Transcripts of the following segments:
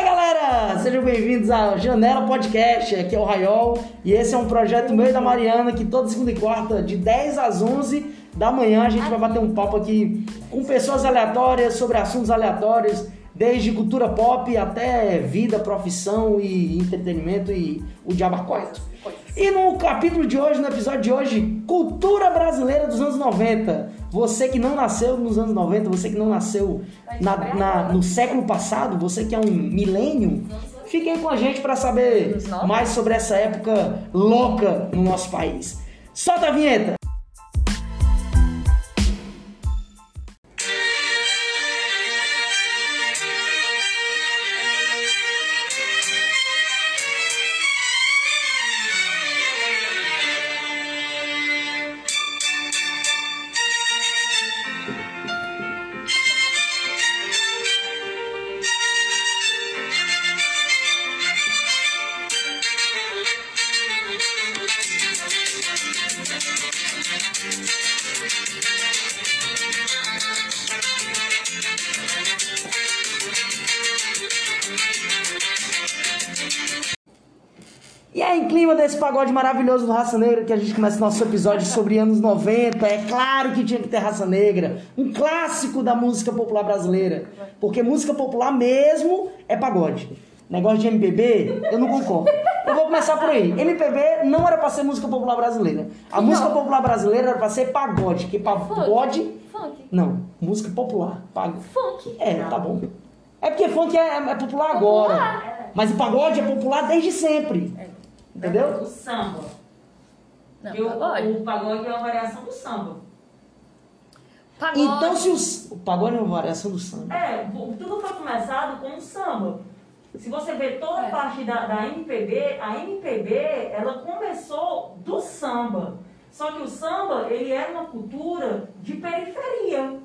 galera! Sejam bem-vindos à Janela Podcast, aqui é o Raiol e esse é um projeto meu e da Mariana que toda segunda e quarta, de 10 às 11 da manhã, a gente vai bater um papo aqui com pessoas aleatórias sobre assuntos aleatórios, desde cultura pop até vida, profissão e entretenimento e o diabo quatro. E no capítulo de hoje, no episódio de hoje, cultura brasileira dos anos 90. Você que não nasceu nos anos 90, você que não nasceu na- na- no século passado, você que é um milênio, fique aí com a gente para saber Anos 90. mais sobre essa época louca no nosso país. Solta a vinheta! E é em clima desse pagode maravilhoso do Raça Negra que a gente começa nosso episódio sobre anos 90. É claro que tinha que ter Raça Negra, um clássico da música popular brasileira. Porque música popular mesmo é pagode. Negócio de MPB, eu não concordo. Eu vou começar por aí. MPB não era pra ser música popular brasileira. A música popular brasileira era pra ser pagode, que pagode. Funk. Não, música popular. Pagode. Funk. É, tá bom. É porque funk é, é popular agora. Mas o pagode é popular desde sempre. Entendeu? tá O samba. Não, E o- pagode. o pagode é uma variação do samba. Pagode. Então se os. O pagode é uma variação do samba. É, o- tudo foi começado com o samba. Se você ver É. toda a parte da, da MPB, a MPB ela começou do samba. Só que o samba ele era uma cultura de periferia.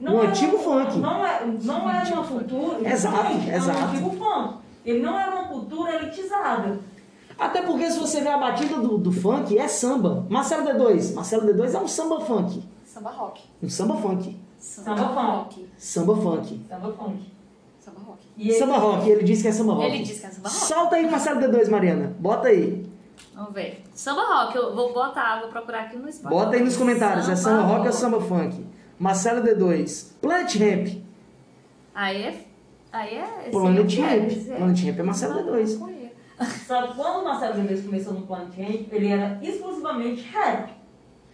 O era Um antigo funk. Um Não, é, não era uma cultura. Exato, exatamente, era exato. Um antigo funk. Ele não era uma cultura elitizada. Até porque se você ver a batida do, do funk, é samba. Marcelo D2. Marcelo D2 é um samba funk. Samba rock. Um samba funk. Samba funk. Samba funk. Samba funk. Samba rock. E ele- Samba rock, ele disse que é samba rock. Ele disse que é samba rock. Solta aí Marcelo D2, Mariana. Bota aí. Vamos ver. Samba rock, eu vou botar, vou procurar aqui no Spotify. Bota aí nos comentários. É samba rock ou samba funk? Marcelo D2. Plant Ramp. Aí é. Aí é. Planet esse aí eu Ramp. quero, Planet Ramp é Marcelo Não, D2. não conheço. Só que quando o Marcelo Mendes começou no Planet Hemp, ele era exclusivamente rap.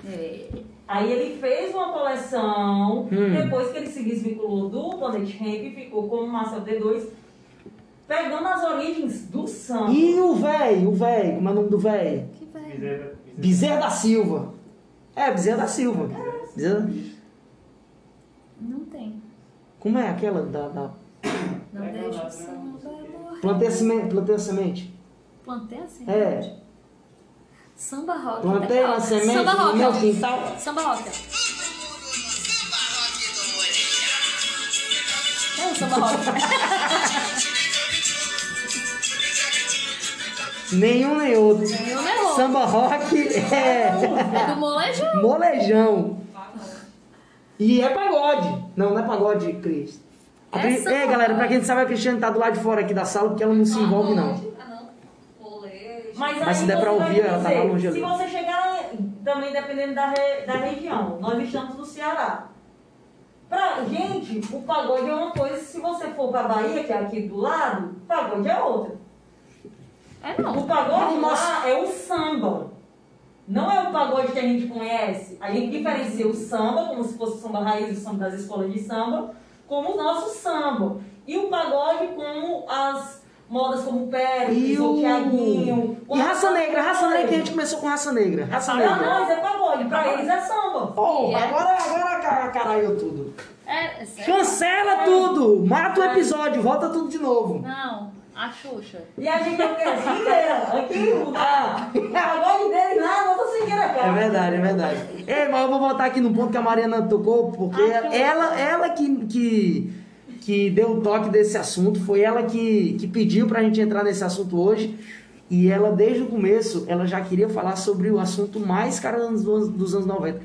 É. Aí ele fez uma coleção, Hum. depois que ele se desvinculou do Planet Hemp, ficou como Marcelo D2, pegando as origens do samba. E o véi, o véi, como é o nome do véi? Que velho. Bezerra. Bezerra da Silva. É, Bezerra da Silva. Bezerra- Não tem. Como é aquela da, da Não Pega deixa lá, o samba morrer. plantei a semente, plantei a semente. Plantei a semente. É, Samba rock. plantei Ó, a semente Samba no rock. meu ó. quintal. Samba rock. ó. É o samba rock. Nenhum nem outro. Nenhum nem outro. Samba rock é É do molejão. molejão. E é pagode. Não, não é pagode, Cris. A É Cris- samba é, galera, pra quem não sabe, a Cristiane tá do lado de fora aqui da sala porque ela não se envolve, não. Ah, não. Molejo. Mas, Mas aí se der você pra vai ouvir, ela tá dizer, lá longe ali. Se você chegar, também dependendo da, re- da região, nós estamos no Ceará. Pra gente, o pagode é uma coisa, se você for pra Bahia, que é aqui do lado, pagode é outra. É não. O pagode Não, mas- lá é o samba. Não é o pagode que a gente conhece. A gente diferencia o samba, como se fosse o samba raiz, o samba das escolas de samba, como o nosso samba. E o pagode como as modas como E Pérez, o. o Tiaguinho. E raça negra, raça negra, que a gente começou com raça negra. Raça Pra negra. nós é pagode, pra eles é samba. Pô, É. agora, agora ca- caralho tudo. É, é sério? Cancela tudo! Mata o episódio, volta tudo de novo. Não, a Xuxa. E a gente é o quê? Singueira. Aqui, o Ah. o pagode deles lá, nossa singueira, É cara. verdade, é verdade. Ei, mas eu vou voltar aqui no ponto que a Mariana tocou, porque Ah, que ela, ela que, que, que deu o toque desse assunto, foi ela que, que pediu pra gente entrar nesse assunto hoje. E ela, desde o começo, ela já queria falar sobre o assunto mais cara dos anos, dos anos 90.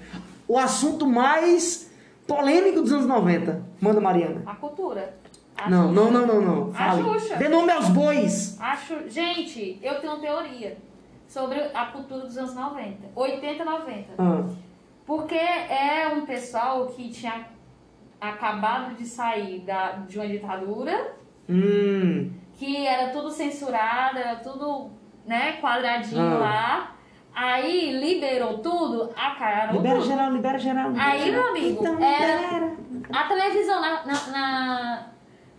O assunto mais polêmico dos anos 90. Manda, Mariana. A cultura. A Não, não, Xuxa. não, não, não. A Fale. Xuxa. Dê nome aos bois. Acho, gente, eu tenho uma teoria sobre a cultura dos anos 90, 80 e 90. Ah, Porque é um pessoal que tinha acabado de sair da, de uma ditadura, Hum. que era tudo censurado, era tudo né, quadradinho Ah. lá. Aí liberou tudo, a cara. Libera geral, libera geral. libera Tá Aí, geral. meu amigo, é, Então, era- libera. A televisão na, na- na-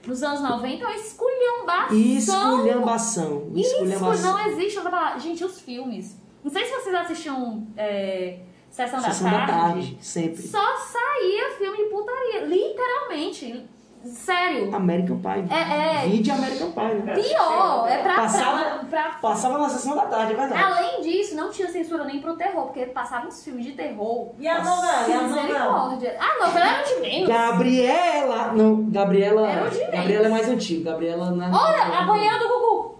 nos anos 90 é uma esculhambação. Esculhambação. Isso, Esculhambação. não é existe outra palavra. Gente, os filmes. Não sei se vocês assistiam é, Sessão, Sessão da tarde, sempre. Só saía filme de putaria, literalmente. Sério. American Pie. É, é. Vide American Pie, né? Pior, é pra, Passava- pra- Passava na sessão da tarde, é verdade. Além disso, não tinha censura nem pro terror, porque passavam os filmes de terror. E a novela? E a novela? Misericórdia. Ah, não, pelo era de menos. Gabriela. Não, Gabriela. Era o de menos. Gabriela é mais antiga. Gabriela na. Olha, a banheira do Gugu.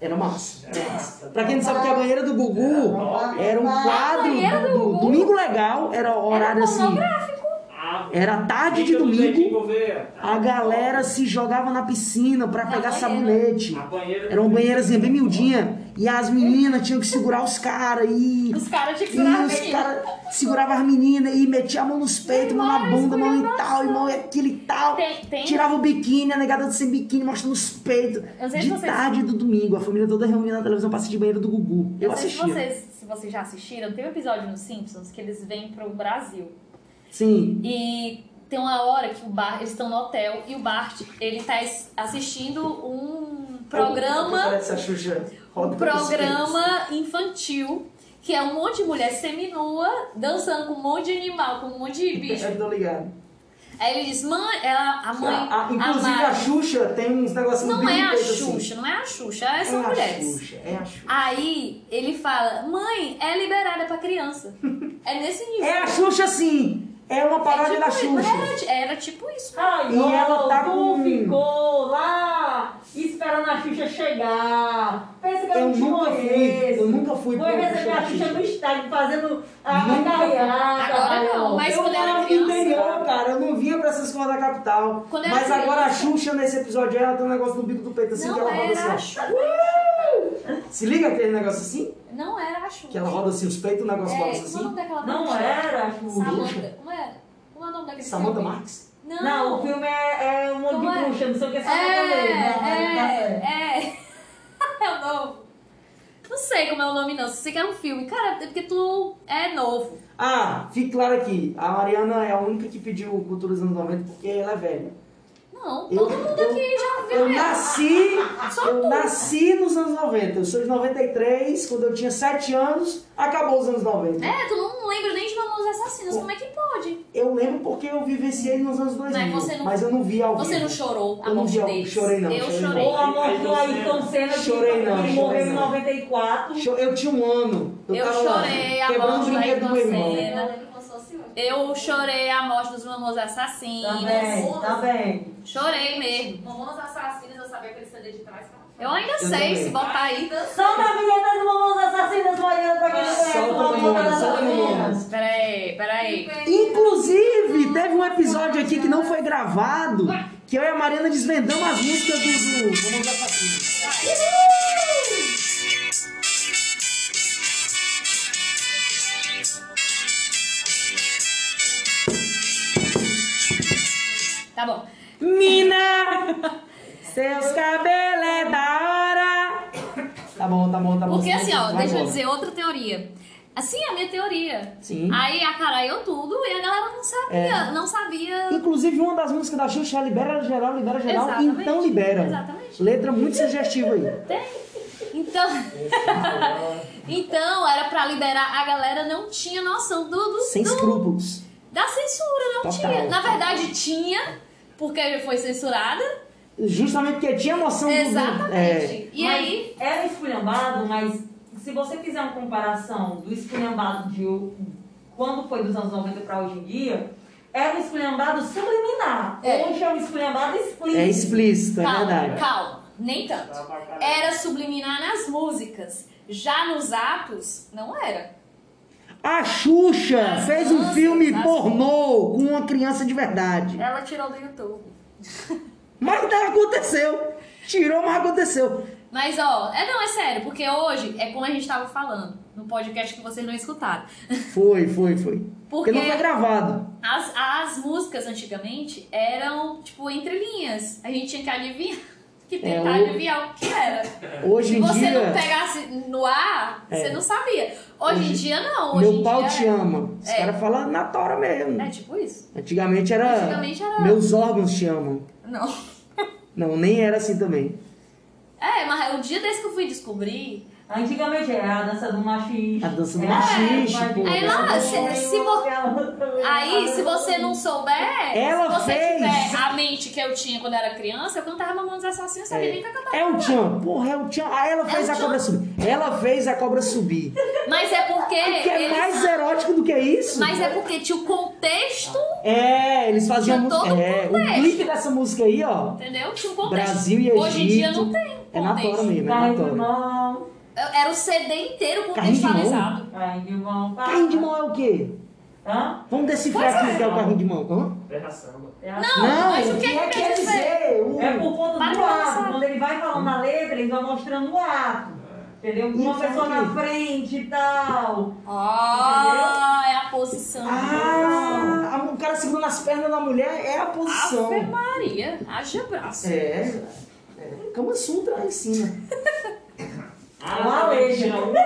Era massa. Nossa, Pra quem não sabe que é a banheira do Gugu Nossa. era um banheira quadro do do Gugu. Domingo Legal, era horário era assim. pornográfico. Ah, Era tarde de Fica no Betinho domingo, Gouveia. a galera se jogava na piscina pra Na pegar banheira. sabonete. A banheira Era uma banheirazinha bem miudinha. E as meninas tinham que segurar os caras e. Os caras tinham E que segurar a os menina. caras seguravam as meninas e metia a mão nos peitos, mão na bunda, mão em tal, e mão em aquilo e tal. Tem- tem- Tirava o biquíni, a negada sem biquíni, mostrando os peitos. Eu sei De que vocês- tarde do domingo, a família toda reunida na televisão pra assistir banheiro do Gugu. Eu não sei se assistia. vocês, se vocês já assistiram, tem um episódio nos Simpsons que eles vêm pro Brasil. Sim. E tem uma hora que o Bart, eles estão no hotel e o Bart, ele tá es- assistindo um programa, Essa Xuxa roda um com os peitos. programa infantil, que é um monte de mulher seminua dançando com um monte de animal, com um monte de bicho. Eu tô ligado. Aí ele diz, mãe, ela, a mãe, A- a- a Ah, inclusive Mari- a, Xuxa tem uns negocinhos não bem é a peitos assim. Xuxa, não é a Xuxa, é- são é mulheres. A Xuxa, é a Xuxa. Aí ele fala, mãe, é liberada pra criança. É nesse nível. É a Xuxa sim. É uma paródia É da tipo isso. Xuxa. Era ti- Era, tipo isso. Ai, E ó, ela tá tu com- ficou lá esperando a Xuxa chegar. Pensa que eu, Eu não te nunca fui, conheço. eu nunca fui Foi pro receber show a da Xuxa Xuxa. no estádio fazendo a Nunca. gargalhada. Agora não, Rafael. mas- eu quando era morava no criança- né? interior, cara. Eu não vinha pra essas coisas da capital. Quando era Mas agora a criança- Xuxa, nesse episódio, ela tem um negócio no bico do peito, assim, que não ela roda era a assim. Xuxa. ó. Se liga aquele negócio assim, Não era a Xuxa. que ela roda assim os peitos, o negócio é, balança como é o nome assim. daquela Não bruxa? era a Xuxa. Samantha. Como é? Como é o nome daquele Samantha filme? Marx? Não. Não, o filme é, é um monte Não de é. bruxa, não sei o que, só pra É, comer. Não, não tá certo. é, é. É o novo. Não sei como é o nome, não. Só sei que era um filme. Cara, é porque tu é novo. Ah, fique claro aqui. A Mariana é a única que pediu Cultura dos anos 90 porque ela é velha. Não, Eu- todo mundo eu- aqui já viu Eu ela. nasci, ah, Só eu tu. nasci nos anos 90. Eu sou de 93, quando eu tinha 7 anos, acabou os anos 90. É, tu não lembra nem de Mamonas Assassinas, como é que pode? Eu lembro porque eu vivenciei nos anos 2000, mas, você não- eu não vi ao Você vivo. não chorou a Eu não morte vi- deles. chorei não, Eu chorei chorei. Ou a morte Aí do você- Ayrton Senna, que, Chorei não, que chorei morreu em não. 94. Cho- Eu tinha um ano. Eu, Eu tava lá, chorei a quebrando o morte da brinquedo do meu irmão. Inocência. Eu lembro como se fosse hoje. Eu chorei a morte dos Mamonas Tá Tá Assassinos. Também, também. Chorei mesmo. Mamonas assassinas, eu sabia aquele CD de trás. tá? cara. Eu ainda sei também. se botar aí. Solta a vinheta do Mamonas Assassinas, Mariana, pra quem não conhece o Solta Mamonas Mamonas, solta Assassinas. Mamonas. Pera aí, pera aí. Inclusive, teve um episódio aqui que não foi gravado, que eu e a Mariana desvendamos as músicas do... do... Vamos lá pra cima. Tá bom. Mina, seus cabelos é da hora. Tá bom, tá bom, tá bom. Porque assim, ó, Vai deixa eu embora. dizer outra teoria. Assim é a minha teoria. Sim. É. Aí a cara eu tudo e a galera não sabia. Não sabia. Inclusive, uma das músicas da Xuxa é Libera Geral, Libera Geral, Exatamente. então libera. Exatamente. Letra muito sugestiva aí. Então. é então, era pra liberar. A galera não tinha noção do, do, Sem do- escrúpulos. da censura, não Total. tinha. Na verdade, tinha, porque foi censurada. Justamente porque tinha noção do- do. É, Exatamente. E Mas aí. Era esculhambado, mas se você fizer uma comparação do esculhambado de o- quando foi dos anos 90 para hoje em dia, era um esculhambado subliminar. É. Hoje é um esculhambado explícito. é explícito, é calma, verdade. calma, nem tanto. Era subliminar nas músicas. Já nos atos, não era. A Xuxa As fez um danças, filme as- pornô com uma criança de verdade. Ela tirou do YouTube. Mas não aconteceu. Tirou, mas aconteceu. Mas, ó, é não, é sério, porque hoje é como a gente tava falando no podcast que vocês não escutaram. Foi, foi, foi. Porque, Porque- não foi gravado. As, as músicas antigamente eram, tipo, entre linhas. A gente tinha que adivinhar, que tentar É, o- adivinhar o que era. Hoje Se em você dia, não pegasse no ar, É. você não sabia. Hoje, Hoje- em dia, não. Hoje meu em pau dia, te ama. Os É. caras falam na tora mesmo. É tipo isso. Antigamente era, Antigamente era- Meus órgãos te amam. Não. Não, nem era assim também. É, mas o dia desse que eu fui descobrir. Antigamente era a dança do machixe. A dança do É, machixe, mas- pô. Aí lá, Ai, se- se eu- vo- eu- Aí, se você não souber, Ela se você fez. tiver a mente que eu tinha quando era criança, eu cantava Mamonas Assassinas, sabia É. nem que eu cantava. É o Tchan, porra, é o Tchan. Ah, ela fez o a Tchan. cobra subir. Ela fez a cobra subir. Mas é porque. Que é eles- mais erótico do que isso? né? Mas é porque tinha o contexto, É, eles faziam Tinha música. todo o É, o contexto. clipe dessa música aí, ó. entendeu? Tinha um contexto. Brasil e Egito. Hoje em dia não tem contexto. É, É na tora mesmo, é na Carrinho de tora. mão. Era o CD inteiro Carrinho de mão? contextualizado. Carrinho de mão. pá. Carrinho de mão é o quê? Hã? Vamos decifrar aqui o que é o carrinho de mão. Hã? Terra samba. É a- Não, mas o que é que quer dizer? o- É por conta Para do pra ato. pensar. Quando ele vai falando a letra, ele vai mostrando o ato. Entendeu? Uma Isso pessoa aqui. na frente e tal. Ah, é a posição. Ah, a- o cara segurando as pernas da mulher é a posição. Ave Maria, haja braço. É. é. Kama Sutra lá em cima. Ah, Uma também leja. tinha uma.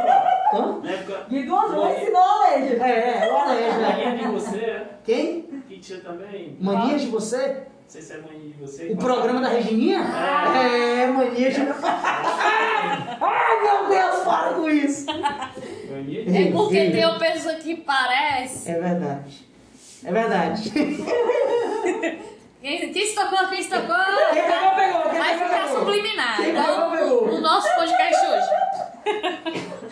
Hã? Na época. E duas mãos ensinou a letra. É, é, o Alejo, né? Mania de você, né? Quem? que tinha também. Manias de você? Não sei se é mania de você. O programa da Regininha? É, manias de Ai, meu Deus, para com isso. Mania É porque Sim. tem uma pessoa que parece. É verdade. É verdade. Quem, quem se tocou, quem se tocou? Quem pegou, pegou. Quem Vai pegou, ficar pegou. subliminar. Quem pegou, Então, pegou. o nosso podcast hoje.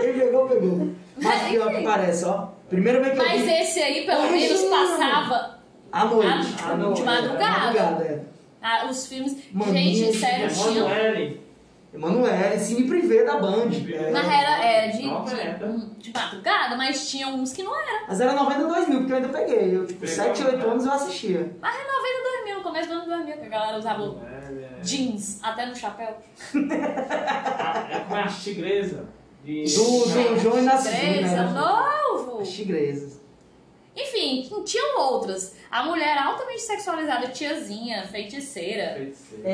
Quem pegou, pegou. Mas é Mas pior que enfim. parece, ó. Primeira vez que eu Mas vi. esse aí, pelo Hoje menos, não. passava À noite. é, à- À noite. de madrugada. Madrugada, é. Ah, os filmes. Maninhos, Gente, sério, tinha. Emanuele. Emanuele, cine privê da Band. É. Mas era, era de, Nossa, de, era. um- de madrugada, mas tinha uns que não era. Mas era 92 mil, porque eu ainda peguei. Eu, tipo, Pegou, 7, 8 né? anos eu assistia. Mas é 90 2000, no começo do ano 2000, que a galera um usava Tá Emanuele. jeans, até no chapéu. Ah, é, É com a tigresa. De... Do, do João né? Inácio. Três, é novo! As tigresas. Enfim, tinham outras. A mulher altamente sexualizada, tiazinha, feiticeira. Feiticeiro.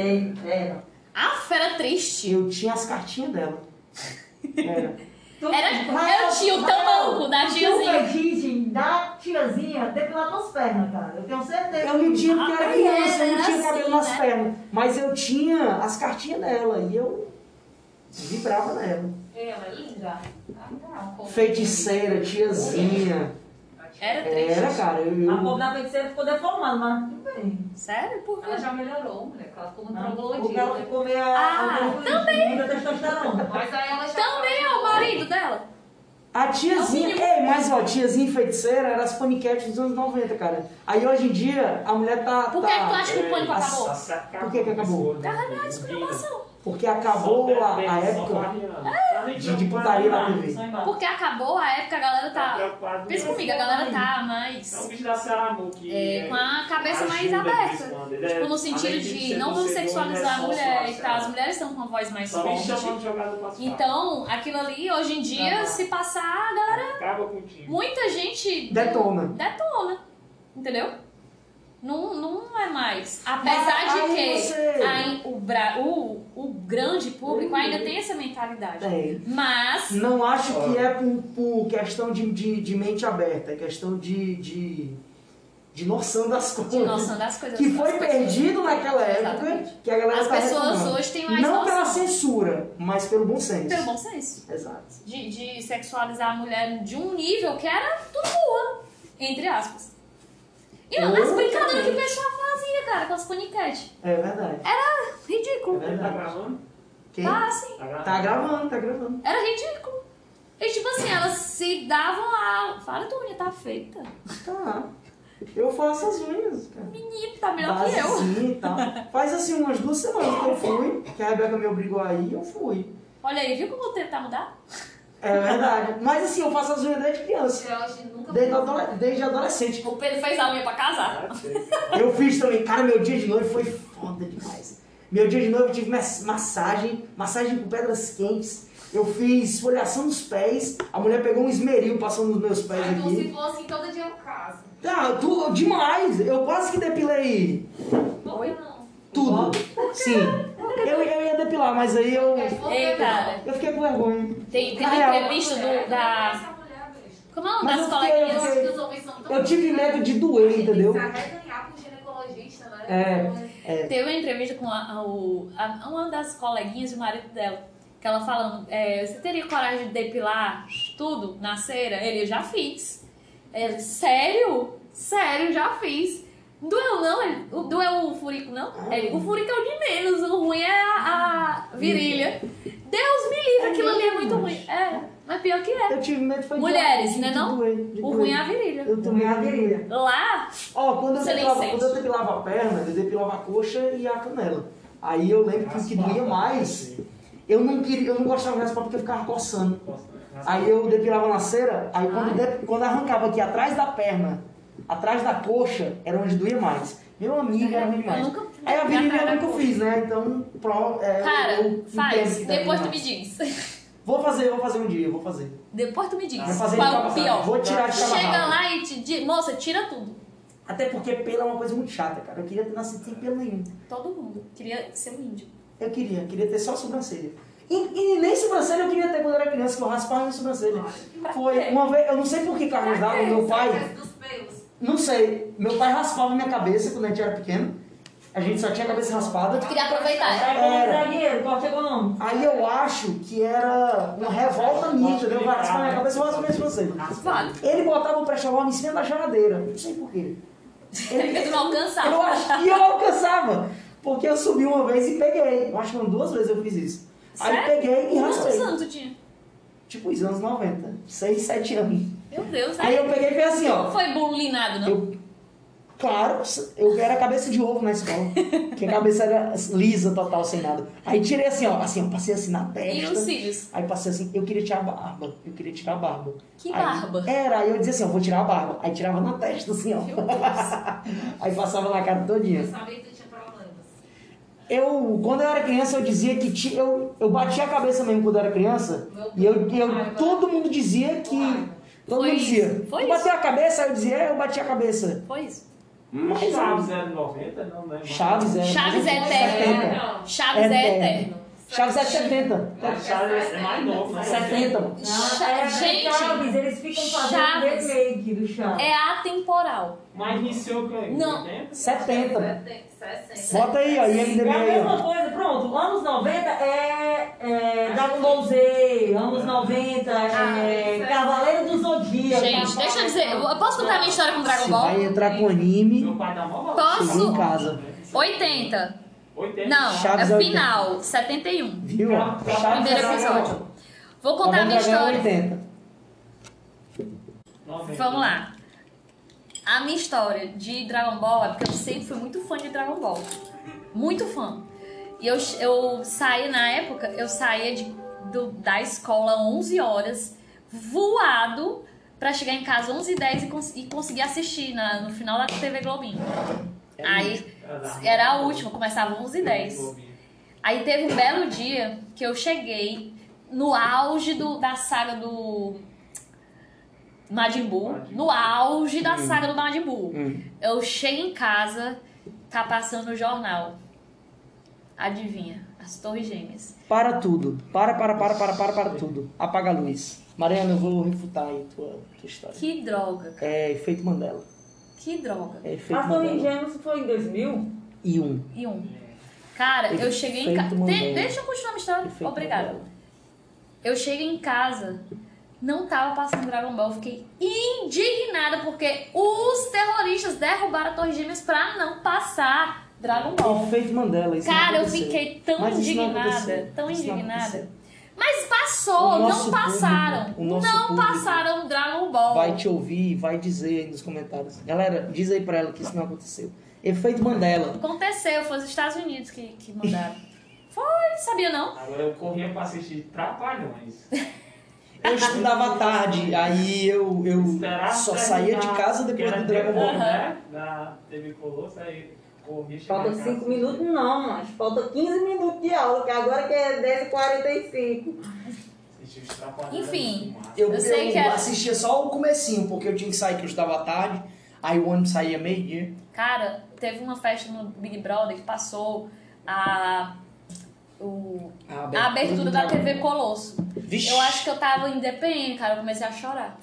É, é. A fera triste. Eu tinha as cartinhas dela. É. Era. Então, Era, eu tinha o tamanco da Tinha tiazinha. o um fetiche da tiazinha depilar tuas pernas, cara. Eu tenho certeza. Eu não tinha porque eu era Ah, criança, eu era não tinha cabelo assim, nas né? pernas. Mas eu tinha as cartinhas dela e eu vibrava nela. Ela é linda. tá. Um Feiticeira, tiazinha. Era triste. Era, cara. Eu, A eu... cor da feiticeira ficou deformada, mas tudo bem. Sério? Por quê? Ela já melhorou, mulher. Ela ficou muito Porque ela troglodita. ficou meio... Ah, também. Muita testosterona. Mas aí ela já. Também é o marido dela. A tiazinha, é, mas ó, tiazinha e feiticeira era as paniquetes dos anos 90, cara. Aí hoje em dia a mulher tá. Por que tá- que tu acha que o pânico as- acabou? Ah, Por que que acabou? Caralho, a Informação. Porque acabou a, a época É. Tá de, de putaria na TV. Porque acabou a época, a galera tá. preocupado. Pensa comigo, a galera tá É um mais. bicho da Saramu que. é, com a cabeça mais ajuda aberta. nisso, né? Tipo, no sentido Além de ser não vamos torcedor, sexualizar a ele é só mulher e sócio, tal. né? Tá As mulheres estão com uma voz mais Só me forte. chamando de jogador pra cima. Então, aquilo ali, hoje em dia, Tá. se passar, a galera. Acaba contigo. Muita gente. Detona. Detona. Entendeu? Não, não é mais. Apesar Mas de Ah, aí que você- aí o, bra... o, o grande público ainda tem essa mentalidade. Tem. Mas. Não acho que é por, por questão de, de, de mente aberta, é questão de, de, de noção das coisas. De noção das coisas. que das foi pessoas. perdido naquela época, Exatamente. que a galera As tá pessoas reclamando. hoje têm mais Não noção. pela censura, mas pelo bom senso. Pelo bom senso. Exato. de, de sexualizar a mulher de um nível que era tudo boa, entre aspas. E não, as Ou brincadeiras que o também. pessoal fazia, cara, com as paniquete. É verdade. Ridículo. É Ele tá verdade. gravando? Quem? Ah, sim. Tá gravando? Tá gravando, tá gravando. Era ridículo. E tipo assim, elas se davam lá. Fala, tua unha tá feita. Tá. Eu faço as unhas, cara. Menino, tá melhor que eu. Basezinha e tal. Faz assim umas duas semanas que eu fui, que a Rebeca me obrigou aí, eu fui. Olha aí, viu como o tempo tá mudando? É verdade. Mas assim, eu faço as unhas desde criança. George nunca Desde, foi. adole- desde adolescente. O Pedro fez a unha pra casar. Tá Eu fiz também. Cara, meu dia de noivo foi foda demais. Meu dia de noivo eu tive mas- massagem, massagem com pedras quentes. Eu fiz folhação dos pés. A mulher pegou um esmeril, passou nos meus pés Ah, então se aqui. for assim, todo dia eu caso. Ah, tu, demais. Eu quase que depilei Por que não? tudo. Sim. Eu, eu ia depilar, mas aí eu, Porque se for É, Eita, eu fiquei com vergonha. tem, tem Ah, é, entrevista do, da. Essa mulher, bicho. Como é o nome Mas das eu fiquei- eu coleguinhas? Eu acho que os homens são tão. né? Eu tive medo de doer, entendeu? Tem que arreganhar com ginecologista, né? É. Teve uma entrevista com a, a- o- a- uma das coleguinhas do marido dela. Que ela falando, é, você teria coragem de depilar tudo na cera? Ele, eu já fiz. Ele, sério? Sério, já fiz. Doeu não? Ele, "O- doeu o furico não? Ele, o furico é o de menos, o ruim é a, a virilha. Deus me livre, aquilo ali é muito ruim. É, mas pior que é. Eu tive medo foi de- Mulheres, de, né, de não? doer, de O doer. ruim é a virilha. Eu tomei a virilha. Lá, Ó, quando eu, Você nem depilava, sente. quando eu depilava a perna, eu depilava a coxa e a canela. Aí eu lembro que o que doía mais, eu não queria, eu não gostava de raspar porque eu ficava coçando. Aí eu depilava na cera, aí quando, de- quando arrancava aqui atrás da perna, atrás da coxa, era onde doía mais. Meu amigo, era ruim demais. Eu nunca- Aí a virilha Atrás da eu nunca coxa. fiz, né? Então, pro, é, cara, eu, eu entendo faz. que tá dói Depois tu me demais. diz. Vou fazer, vou fazer um dia, vou fazer. Depois tu me diz. Vou fazer Qual de é o cabeça. pior? Vou tirar de cabeça. Chega lá e te diz, moça, tira tudo. Até porque pelo é uma coisa muito chata, cara. Eu queria ter nascido sem pelo nenhum. Todo mundo. Queria ser um índio. Eu queria, queria ter só sobrancelha. E, e nem sobrancelha eu queria ter quando era criança, que eu raspava minha sobrancelha. Foi uma vez, eu não sei por que carros d'água, meu pai, é, Dos pelos. não sei, meu pai raspava minha cabeça quando a gente era pequeno. A gente só tinha a cabeça raspada. Tu queria aproveitar. Sai como zagueiro, qual que é o nome? Aí eu acho que era uma revolta minha, entendeu? Eu raspava né? minha cabeça, eu raspava minha sobrancelha. Vale. Ele botava o pré-chaval em cima da geladeira, não sei por quê. Ele, Porque tu não alcançava. Eu acho que eu alcançava. Porque eu subi uma vez e peguei. Eu acho que foram duas vezes eu fiz isso. Aí Sério? peguei e Quantos raspei. anos tu tinha? Tipo os anos 90. 6, 7 anos. Meu Deus. Aí eu peguei e fiz assim, Não ó. foi bulinado, não? Eu, claro, eu era cabeça de ovo na escola. Porque a cabeça era lisa, total, sem nada. Aí tirei assim, ó. Assim, ó. Passei assim na E os testa. cílios? Aí passei assim, eu queria tirar a barba. Eu queria tirar a barba. Que Aí- barba. Era, aí eu dizia assim, ó, vou tirar a barba. Aí tirava na testa, assim, ó. aí passava na cara todinha. Eu sabia que tu tinha problemas. Eu, quando eu era criança, eu dizia que ti- eu, eu batia a cabeça mesmo quando eu era criança. E eu, e eu- todo mundo dizia que. Todo Foi mundo isso, dizia. foi eu bateu a cabeça, aí eu dizia, é, eu bati a cabeça. Foi isso. Mas Chaves era 90, não, né? Chaves é. Chaves é eterno. Não. Chaves é eterno. Chaves é 70. Não, Chaves é mais novo, né? 70. Cha- é Gente, Chaves, eles ficam fazendo Chaves. remake do Chaves. é atemporal. Mas iniciou é com ele. Não. 80? 70. 60. Bota aí, ó, É IMDB a aí, ó. mesma coisa, pronto, anos 90 é, é Dragon Ball Z, Ah. anos 90 é Ah, Cavaleiro do Zodíaco. Gente, deixa eu dizer. Eu eu posso contar a minha história com Dragon Se Ball? vai entrar com anime, Meu pai dá mó Posso? chegou em casa. 80. 80. Não, Chaves é 80. é final. 71. Viu? ó? Chaves Primeiro é 70. episódio. Vou contar a Tá bom, minha Dragão é história. 80. 90. Vamos lá. A minha história de Dragon Ball é porque eu sempre fui muito fã de Dragon Ball. Muito fã. E eu, eu saía, na época, eu saía de- do- da escola 11 horas, voado, pra chegar em casa 11 h 10 e, cons- e conseguir assistir na- no final da TV Globinho. Aí, era a última, começava 11 h 10 Aí teve um belo dia que eu cheguei no auge do- da saga do Majin Buu, no auge da saga do Majin Buu. Hum. Eu chego em casa, tá passando o jornal. Adivinha? As Torres Gêmeas. Para tudo. Para, para, para, para, para, para tudo. Apaga a luz. Mariana, eu vou refutar aí tua, tua história. Que droga, cara. É efeito Mandela. Que droga. É efeito A Torre Mandela. Gêmeos foi em 2000? E um. E um. Cara, eu cheguei em casa. Efeito Mandela. Deixa eu continuar a minha história. Efeito Obrigada. Mandela. Eu chego em casa, não tava passando Dragon Ball, eu fiquei indignada porque os terroristas derrubaram a Torre Gêmeas pra não passar Dragon Ball. Efeito Mandela. Isso não Cara, eu aconteceu. fiquei tão Mas isso não indignada, aconteceu. tão Isso não indignada. aconteceu. Mas O passou, nosso não passaram. público, o nosso não público passaram Dragon Ball. Vai te ouvir e vai dizer aí nos comentários. Galera, diz aí pra ela que isso não aconteceu. Efeito Mandela. Aconteceu, foi os Estados Unidos que, que mandaram. foi, sabia não? Agora eu corria pra assistir Trapalhões. eu estudava à tarde, aí eu, eu Esperar só saía de casa depois do Dragon Ball. né? Da TV Colosso, aí corria, chegava Faltam em casa. 5 minutos, não, mas falta 15 minutos de aula, que agora que é 10h45. Assistia os Trapalhões, Enfim. massa. Eu, Eu sei eu que é. era- assistia só o comecinho, porque eu tinha que sair, que eu estudava à tarde, aí o ônibus saía meio-dia. Cara, teve uma festa no Big Brother que passou a. o- A a abertura da Dragon TV Ball. Colosso. Vixe. Eu acho que eu tava em DPM, cara. Eu comecei a chorar.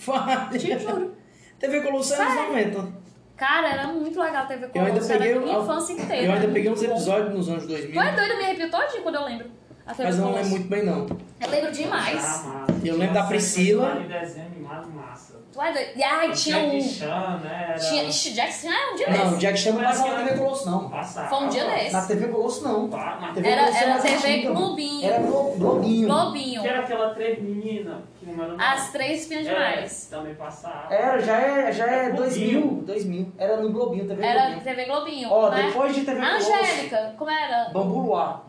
Te juro. TV Colosso é anos 90. Cara, era muito legal a TV Eu Colosso. ainda peguei era minha o- infância inteira. Eu ainda era peguei muito uns bom. episódios nos anos 2000, Tu é doido, eu me arrepio todinho quando eu lembro. A TV mas eu não Colosso. lembro muito bem não. Eu lembro demais. Ah, massa. Eu Tinha lembro da um Priscila. cenário de desenho animado massa. Tu é doido. E ai, tinha um. Jackie Chan, né? Era- Tinha. Ixi, Jackson ah, um dia Não, o desse. Jack Chan não Parece passava que na era- TV Colosso não. Passava. Foi um dia desse. Na TV Colosso não. Pá, mas um TV Era, assim, Colosso eu era não assistia, TV não. Clubinho. Era Glo- Globinho. Globinho. Que era aquela três meninas que não era As três É, filhas demais. Também passava. Era, já é, já é Era 2000. Globinho. 2000. Era no Globinho, TV Era Globinho. TV Globinho. Ó, né? depois de TV Colosso... Angélica, como era? Bambu Luar.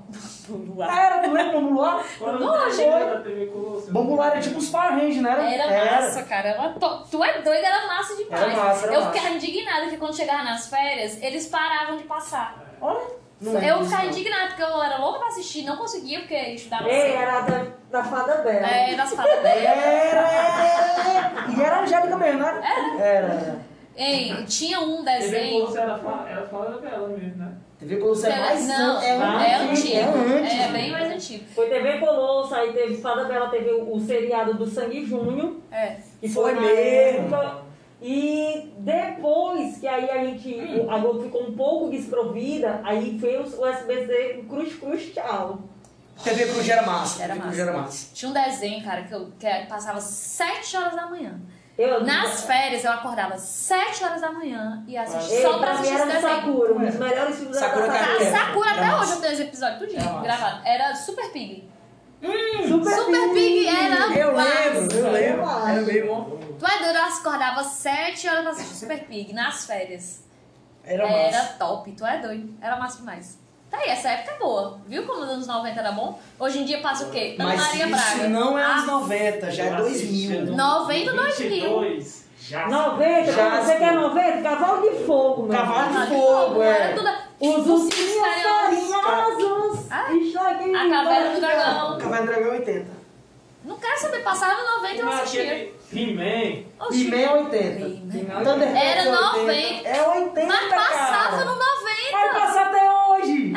Ah, era, tu lembra Bambu Luar? Quando Lógico. era da TV Colosso. Bambu Luar era tipo os Power Rangers, não era? Era massa, cara. Era to- Tu é doido, era massa demais. Era massa, era eu massa. ficava indignada que quando chegava nas férias, eles paravam de passar. Olha. Não é eu isso, ficava não. indignada porque eu era louca pra assistir, não conseguia porque estudava Ei, cedo. era da, da fada bela. É, das né? fadas dela. Era, era, era. E era Angélica mesmo, não era? É. Era. era. Ei, tinha um TV desenho. Colosso era, fa- era fora dela mesmo, né? TV Colosso é mais não, an- é é antes, antigo. É antes. É bem mais antigo. Foi TV Colosso, aí teve Fada Bela, teve o, o seriado do Sangue Junho. É. Que Foi na mesmo. época. E depois que aí a gente, o- a Globo ficou um pouco desprovida, aí foi o, o SBC Cruz Cruz Tchau. TV Cruz era massa. Era TV Cruz massa. era massa. Tinha um desenho, cara, que eu que passava 7 horas da manhã. Eu, Nas férias eu acordava 7 horas da manhã e assistia Ei, só pra pra mim assistir era esse do desenho. Sakura, um dos melhores filmes É. Sakura da Card A Era Sakura até massa. hoje eu tenho esse episódio Era tudinho massa. gravado. Era Super Pig. Super, Super Pig era Eu massa. lembro, eu lembro. Era mesmo. ó. Tu é doido, eu acordava 7 horas pra assistir Super Pig nas férias. Era massa. top, tu é doido. Era massa demais. Tá aí, essa época é boa. Viu como os anos 90 era bom? Hoje em dia passa o quê? Ana Mas Maria isso Braga. não é anos Ah, 90, já é Eu assistia 2000. no 90, 22, Já. 90, Já- você quer 90? Cavalo de fogo, meu. Cavalo de Ana Maria fogo, Braga, tipo, é. Era tudo... Os Os ursinhos ursinhos carinhosos. carinhosos. Ah, Estou aqui. A Caverna do Dragão. Cavalo Dragão 80. Não quero saber, passava 90 e eu Não, assistia. aquele é He-Man. Oxi. E meia Então, 80. He-Man. Thundercats Era 80. É 80, Mas cara. passava no 90. Vai passar É, até hoje.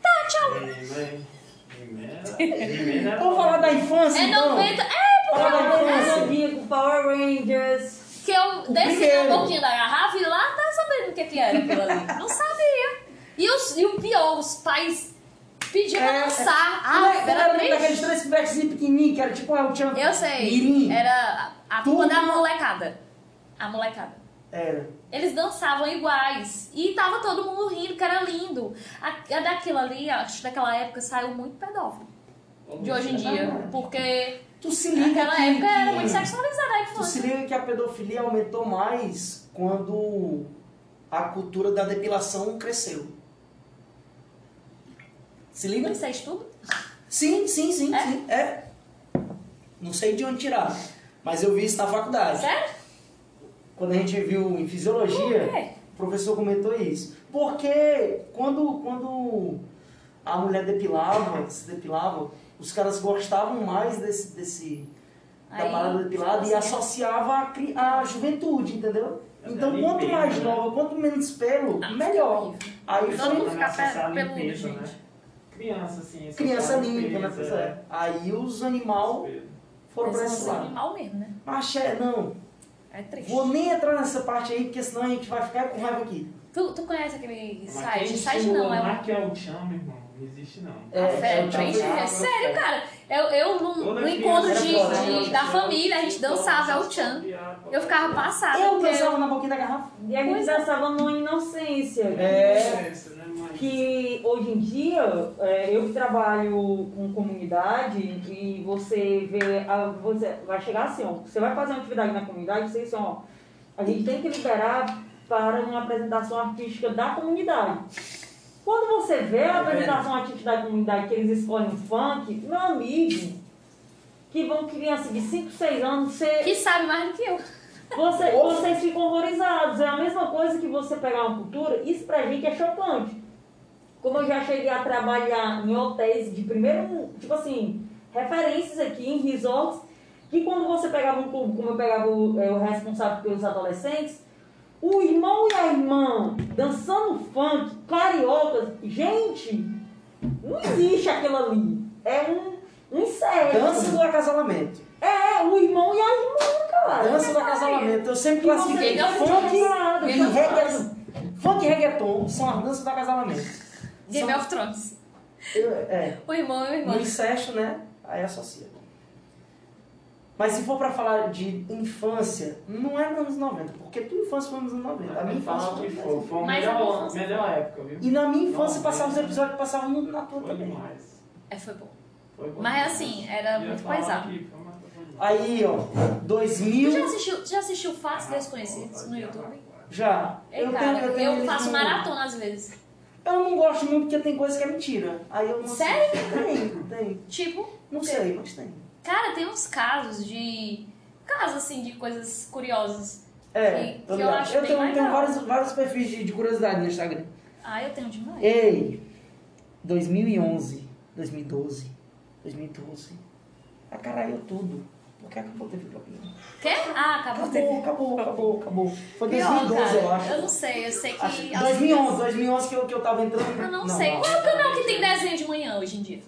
Tá, tchau. He-Man. He-Man era- Vamos falar da infância, É então? 90. É, Fala da Eu infância. novinha com Power Rangers. porque eu O desci primeiro. um pouquinho da garrafa e lá não tava sabendo o que, que era aquilo ali. Não sabia. E, os, e o pior, os pais pediam É, pra dançar. Como Ah, é que era era daqueles triste. três pivetezinhos pequenininhos que era tipo El Chan? Eu sei. É. Mirim. Era a a Tudo. turma da molecada. A molecada. Era. Eles dançavam iguais. E tava todo mundo rindo, que era lindo. A, a daquilo ali, acho que daquela época saiu muito pedófilo. De hoje em dia. Porque Tu se liga naquela que- época era que- muito né? sexualizada a Tu se infância. liga que a pedofilia aumentou mais quando a cultura da depilação cresceu. Se liga? Isso é estudo? Sim, sim, sim, É? sim. É. Não sei de onde tirar, mas eu vi isso na faculdade. Sério? Quando a gente viu em fisiologia, Por quê? o professor comentou isso. Porque quando, quando a mulher depilava, se depilava, os caras gostavam mais desse, desse da Aí, parada depilada e tipo assim, associava a, cri- a juventude, entendeu? É Então, da quanto limpeza, mais né? Então, nova, quanto menos pelo, Ah, melhor. horrível. Aí Todo foi mundo fica Acessar a pe- peludo, limpeza, gente. né? Criança, assim. essa criança é. sala limpa, né? limpeza, pois é. Aí os animal foram pra Eles esse são lado. animal mesmo, né? Axé, não. É triste. Vou nem entrar nessa parte aí, porque senão a gente vai ficar com raiva aqui. Tu, tu conhece aquele Mas site? quem Site estimula não, é lá um. que é o Chan, meu irmão. Não existe, não. É, Café, é, é, três tá, dias. tá, Sério, tá. cara. Eu, eu no, Toda no criança encontro era de, fora, de- né? da família, a gente dançava, é o Chan. Ah, Eu ficava passada. Eu porque pensava na boquinha da garrafa. E a gente é. dançava numa inocência. É. Criança, né, mãe? Que hoje em dia, é, eu que trabalho com comunidade e você vê, a- você vai chegar assim, ó, você vai fazer uma atividade na comunidade, você diz assim, ó, a gente tem que liberar para uma apresentação artística da comunidade. Quando você vê a apresentação artística da comunidade que eles escolhem funk, meu amigo, que que vão criança de 5, 6 anos ser Que sabe mais do que eu. você- vocês ficam horrorizados. É a mesma coisa que você pegar uma cultura, isso pra gente é chocante. Como eu já cheguei a trabalhar em hotéis de primeiro, mu- tipo assim, referências aqui em resorts, que quando você pegava um clube, como eu pegava o, eh, o responsável pelos adolescentes, o irmão e a irmã dançando funk, cariocas, gente, não existe aquilo ali. É um, um inseto. Dança Uhum. do acasalamento. É, o irmão e a irmã, cara. Dança do acasalamento. Eu sempre classifiquei você não um funk tá e preparado. reggaeton. Funk e reggaeton são as danças do acasalamento. Game São- of Thrones. Eu- É. O irmão e o irmão. No incesto, né? Aí associa. Mas se for pra falar de infância, não é nos anos 90, porque tua infância foi nos anos 90. A minha infância Fala foi que nos foi. anos Foi a Mas a minha melhor, infância- melhor época, viu? 90. E na minha infância Não, passavam os foi- episódios que passavam no- na tua Foi também. demais. É, foi bom. Foi bom. Mas assim, era Ia muito falar paisado. que foi uma- foi uma- Aí, ó, Tu 2000... já assistiu, já assistiu Fatos Desconhecidos no YouTube? Já. Ei, eu, cara, tenho, eu, eu, tenho eles faço no- maratona às vezes. Eu não gosto muito porque tem coisa que é mentira. Aí eu não Sério? Tem, tem. Tipo, Não sei, mas tem. cara, tem uns casos de. Casos assim de coisas curiosas. É, Que- tô que eu ligado. acho eu bem tenho, tenho legal. vários, vários perfis de, de curiosidade no Instagram. Ah, eu tenho demais. Ei, 2011, 2012, 2012. Acaraiu Ah, tudo. Porque acabou a TV Globinho. Quê? Ah, acabou. Acabou, acabou, acabou, acabou. Foi Pior, 2012, cara. eu acho. Eu não sei, eu sei que. Acho- as 2011, 2011 que eu, que eu tava entrando. Eu não, sei. Qual é o canal que tem desenho de manhã hoje em dia?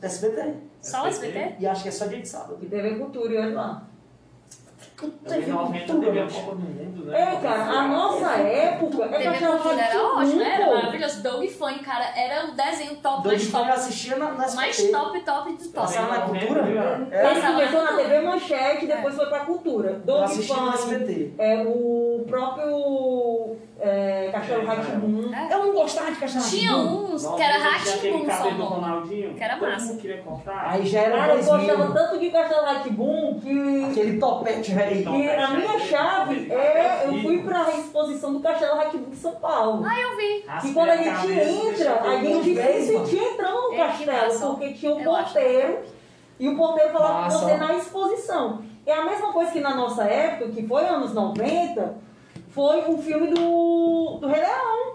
SBT. Só o SBT? E acho que é só dia de sábado. E TV Cultura, e olha lá. Também 90 teve a Copa do Mundo, né? É, cara, a nossa época é que TV aquela Cultura era fase ótimo, né? de era mundo. maravilhoso. Doug Fun, cara, era o desenho top Dois mais fãs top. assistia na, na Mais SBT. top, top do top. Passava na Novembro, cultura? viu? É. Ele começou na Passava- TV Manchete, É. depois foi pra Cultura. Eu Doug assisti no Fun, SBT. é, o próprio é, Cachorro É, Ratimbum. Eu não gostava de cachorro. Tinha uns que era Ratimbum só o do nome. Ronaldinho. Que era todo massa. mundo queria cortar. Aí já era Cara, eu 2000. gostava tanto de Cachorro Ratimbum que, Aquele topete velho. Então, que a minha chave é. Eu fui pra exposição do Cachorro Ratimbum de São Paulo. Ah, eu vi. Raspa E quando a minha gente cabeça, entra, deixa a todo mundo gente ver, se mano. sentia entrando no É, castelo, massa. porque tinha um Eu acho. é porteiro e o porteiro falava Massa. com você na exposição. É a mesma coisa que na nossa época, que foi anos 90, foi o filme do, do Rei Leão.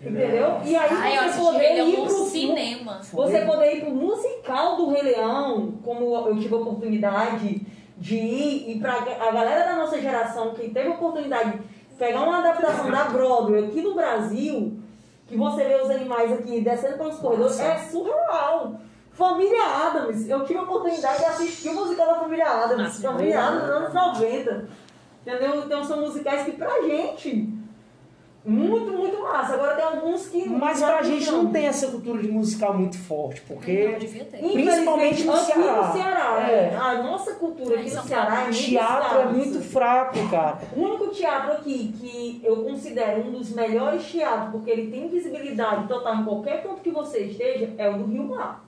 Entendeu? E aí Ai, eu você assisti poder ele ir no pro cinema. você poder ir pro musical do Rei Leão, como eu tive a oportunidade de ir, e pra a galera da nossa geração que teve a oportunidade de pegar uma adaptação da Broadway aqui no Brasil, que você vê os animais aqui descendo pelos corredores, é surreal. Família Adams, eu tive a oportunidade de assistir o musical da Família Adams, Família Adams dos anos 90. Entendeu? Então são musicais que pra gente, muito, muito massa. Agora tem alguns que. Mas pra gente não tem essa cultura de musical muito forte, Não, porque devia ter. Principalmente no aqui Ceará. no Ceará. né? É. A nossa cultura aqui Mas no são Ceará é o muito assim. teatro é escassa. muito fraco, cara. O único teatro aqui que eu considero um dos melhores teatros, porque ele tem visibilidade total em qualquer ponto que você esteja, é o do Rio Mar.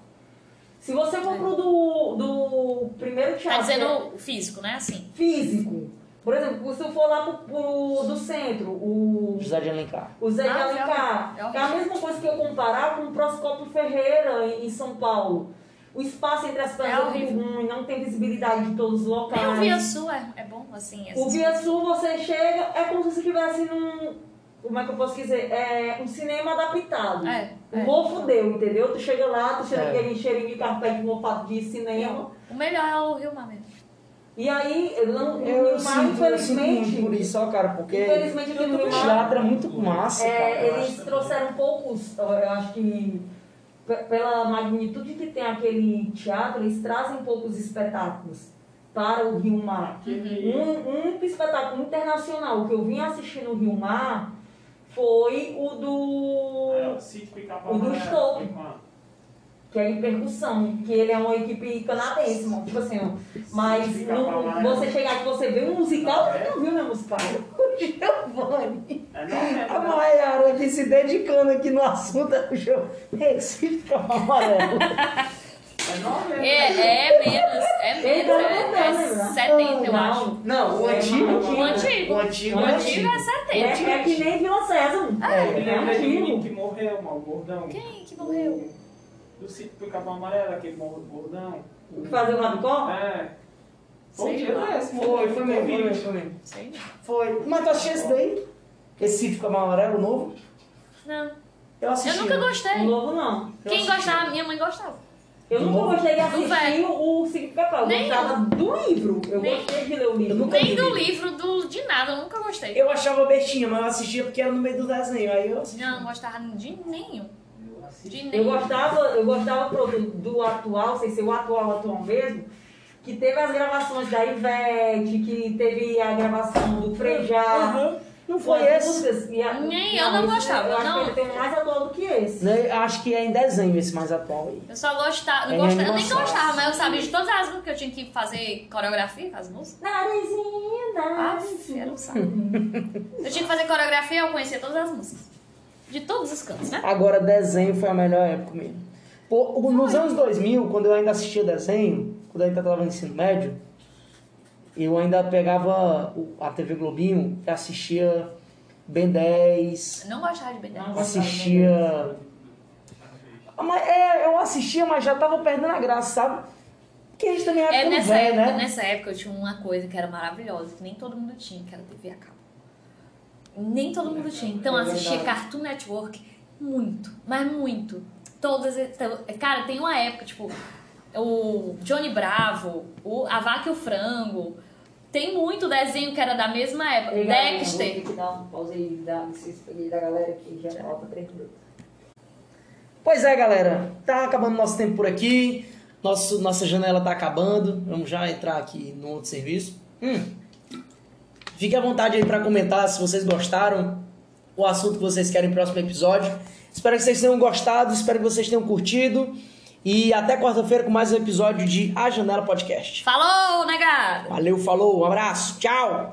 Se você É. for pro do, do primeiro Tá teatro que é dizendo o físico, né? Assim. físico, por exemplo, se eu for lá pro, pro- do centro, o José de Alencar. o Zé de Ah, Alencar. é horrível. É a mesma coisa que eu comparar com o Proscópio Ferreira em, em São Paulo. O espaço entre as É pernas é muito horrível. ruim, não tem visibilidade de todos os locais. Nem o Via Sul é, é bom, assim. O essas- Via Sul, você chega, é como se você estivesse num. Como é que eu posso dizer? É um cinema adaptado. É. O é. mofo deu, entendeu? Tu chega lá, tu chega É. aquele cheirinho de carpete mofado de cinema. O melhor é o Rio Mar mesmo. E aí, não, no Eu, Rio Mar, sinto, eu sinto muito por infelizmente. isso, ó, cara, porque Infelizmente, aqui no o Rio Mar. teatro é muito massa, cara. É, eu eles acho. trouxeram poucos, eu eu acho que pe- pela magnitude que tem aquele teatro, eles trazem poucos espetáculos para o Rio Mar. Aquele- Um, um espetáculo internacional que eu vim assistir no Rio Mar foi o do. É, o sítio Pica-Pau O do Amarelo, Stop. foi quando? que é em percussão, que ele é uma equipe canadense, mano, tipo assim, ó. Mas Sítio Pica-Pau no, Amarelo. você né? chegar aqui, você vê um musical, é. você não viu, né, musical? Giovanni, É novela, a né? Maiara aqui se dedicando aqui no assunto é o jogo. Recife fica amarelo. É novela. É, é menos, é Ele menos, tá é, mandando, é né? 70, eu acho. Não, o É, antigo. o antigo. O antigo. O antigo é 70. É, é que nem Vila César. É. Ele lembra de antigo. mim um que morreu, mal gordão. Quem que morreu? Do sítio Pica-Pau Amarelo, aquele mal gordão. Fazer o rabicó? É. Foi um Sei dia lá. desse, Foi, foi mesmo, foi Covid. mesmo, foi mesmo. Sei não. Foi. Mas tu assistiu esse daí? Esse sítio Camarão Amarelo novo? Não. Eu assisti. um. Eu nunca gostei. O novo não. Eu Quem assisti. gostava, minha mãe gostava. Eu Do nunca novo? gostei de assistir velho. o Ciclo Cacau. Eu Nem gostava do livro. Eu Nem- gostei de ler o Eu livro. nunca Nem vi. do livro, do, de nada, eu nunca gostei. Eu achava bestinha, mas eu assistia porque era no meio do desenho. Aí eu assisti. Não, não gostava de nenhum. De Eu nenhum. gostava, eu gostava pronto, do atual, sem ser o atual atual mesmo, que teve as gravações da Ivete, que teve a gravação do Frejá. Aham. Não foi esse? Nem eu não gostava, Eu acho não. que ele tem mais atual do que esse. Né, eu Acho que é em desenho esse mais atual aí. Eu só gostava, É não gostava, eu nem animação. gostava, mas eu sabia de todas as músicas que eu tinha que fazer coreografia com as músicas. Narizinho, Ah, narizinho. era um saco. Eu tinha que fazer coreografia eu conhecia todas as músicas. De todos os cantos, né? Agora, desenho foi a melhor época mesmo. Pô, o- nos anos 2000, quando eu ainda assistia desenho, quando eu ainda estava no ensino médio, eu ainda pegava o- a TV Globinho e assistia Ben 10, Eu não gostava de Ben 10. Não gostava assistia... Ah, Mas, é, eu assistia, mas já tava perdendo a graça, sabe? Porque a gente também era É, tão nessa, velho, época, né? nessa época eu tinha uma coisa que era maravilhosa, que nem todo mundo tinha, que era TV a cabo. Nem todo mundo tinha. Então eu assistia Cartoon Network muito, mas muito. Todas. então, Cara, tem uma época, tipo, o Johnny Bravo, o A Vaca e o Frango. Tem muito desenho que era da mesma época. Ei, galera, eu né? vou ter Dexter. que dar uma pausa aí da, da galera que já falta três minutos. Pois é, galera. Tá acabando nosso tempo por aqui. Nosso, nossa janela tá acabando. Vamos já entrar aqui no outro serviço. Hum. Fique à vontade aí para comentar se vocês gostaram, o assunto que vocês querem no próximo episódio. Espero que vocês tenham gostado, espero que vocês tenham curtido. E até quarta-feira com mais um episódio de A Janela Podcast. Falou, negado! Valeu, falou, um abraço, tchau!